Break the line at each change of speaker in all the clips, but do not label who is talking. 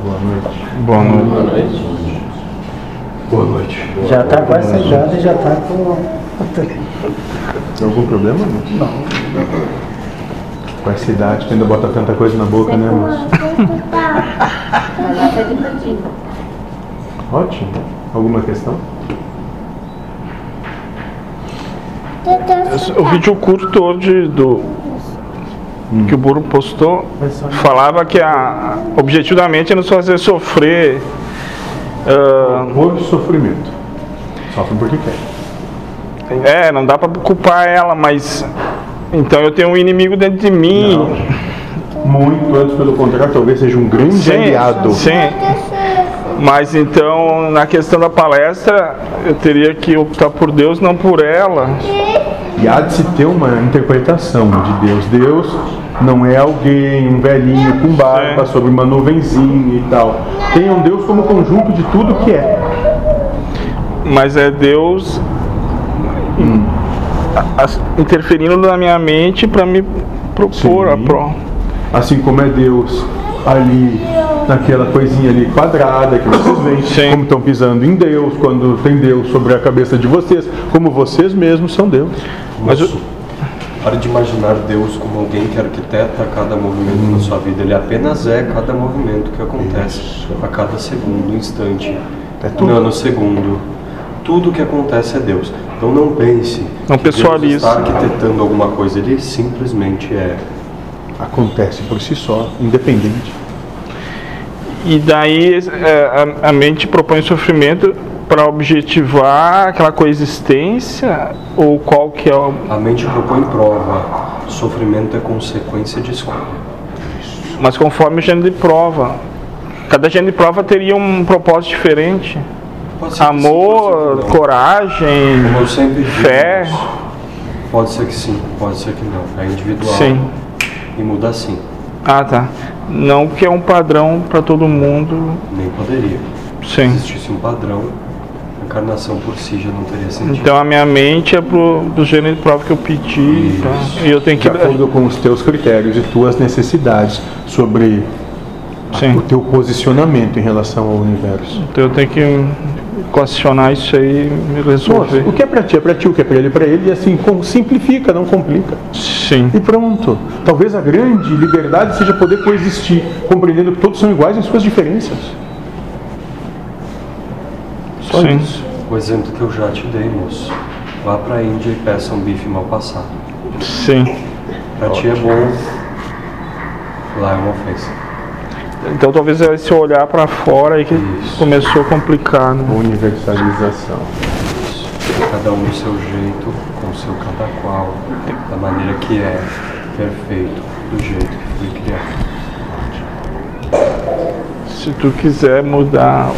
Boa noite.
Boa noite.
Boa noite.
Já tá quase sujada e já tá com.
Tem algum problema, moço?
Não.
Com essa idade, tu ainda bota tanta coisa na boca, né, moço? Ótimo. Alguma questão?
Esse- O vídeo curto hoje do que o Buro postou falava que a, objetivo da mente é nos fazer sofrer. ah,
Houve sofrimento. Sofre porque quer.
é, não dá pra culpar ela, mas então eu tenho um inimigo dentro de mim.
Muito antes, pelo contrário, talvez seja um grande aliado.
sim. Mas então na questão da palestra eu teria que optar por Deus, não por ela.
E há de se ter uma interpretação de Deus. Deus não é alguém, um velhinho com barba, sobre uma nuvenzinha e tal. Tem um Deus como conjunto de tudo que é.
mas é Deus in- a- as- interferindo na minha mente para me propor
Sim.
a prova.
Assim como é Deus ali, naquela coisinha ali quadrada que vocês veem,
Sim.
como estão pisando em Deus, quando tem Deus sobre a cabeça de vocês, como vocês mesmos são Deus.
Mas o-
Moço, Para de imaginar Deus como alguém que arquiteta cada movimento na sua vida. Ele apenas é cada movimento que acontece a cada segundo, instante,
É tudo.
nanosegundo. Tudo que acontece é Deus. Então não pense
Não
que Deus
pessoalize.
está arquitetando alguma coisa. Ele simplesmente é.
Acontece por si só, independente.
E daí é, a, a mente propõe sofrimento para objetivar aquela coexistência ou qual que é o...
A mente propõe prova. Sofrimento é consequência de escolha.
Mas conforme o gênero de prova. Cada gênero de prova teria um propósito diferente.
Pode ser que sim, pode
Amor,
ser que não.
coragem,
Como eu sempre digo,
fé.
moço, Pode ser que sim, pode ser que não. É individual.
Sim.
E muda sim.
Ah, tá. Não que é um padrão para todo mundo.
Nem poderia. Se
Sim.
existisse um padrão, a encarnação por si já não teria sentido.
Então a minha mente é pro, pro gênero de prova que eu pedi tá? e eu tenho que.
De acordo com os teus critérios e tuas necessidades sobre
Sim.
o teu posicionamento em relação ao universo.
Então eu tenho que equacionar isso aí e me
Nossa,
resolver.
o que é pra ti é pra ti, o que é pra ele é pra ele, e assim com- simplifica, não complica.
Sim.
E pronto. Talvez a grande liberdade seja poder coexistir, compreendendo que todos são iguais em suas diferenças. Só
Sim.
isso.
O exemplo que eu já te dei, moço. Vá pra Índia e peça um bife mal passado.
Sim.
Pra ti é bom, lá é uma ofensa.
Então talvez é esse olhar para fora aí que
Isso.
começou a complicar, né?
Universalização.
Cada um do seu jeito, com o seu cada qual, da maneira que é, perfeito, do jeito que foi criado.
Se tu quiser mudar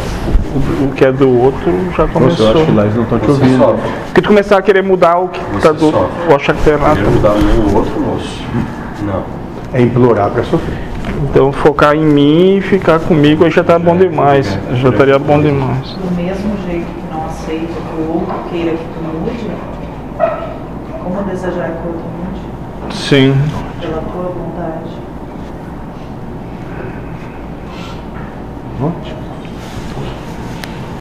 o, o que é do outro, já
Nossa, eu
começou.
acho que lá é eles não estão te
Você
ouvindo.
sofre.
Porque tu começar a querer mudar o que
Você
tá do outro,
sofre.
ou achar que tá errado.
Primeiro mudar o outro, moço. Não.
É implorar pra sofrer.
Então focar em mim e ficar comigo aí já tá bom demais.
é,
Já
é.
estaria bom demais.
do mesmo jeito que não aceita que o outro queira que tu mude, como desejar que o outro mude?
Sim.
Pela tua vontade.
Ótimo.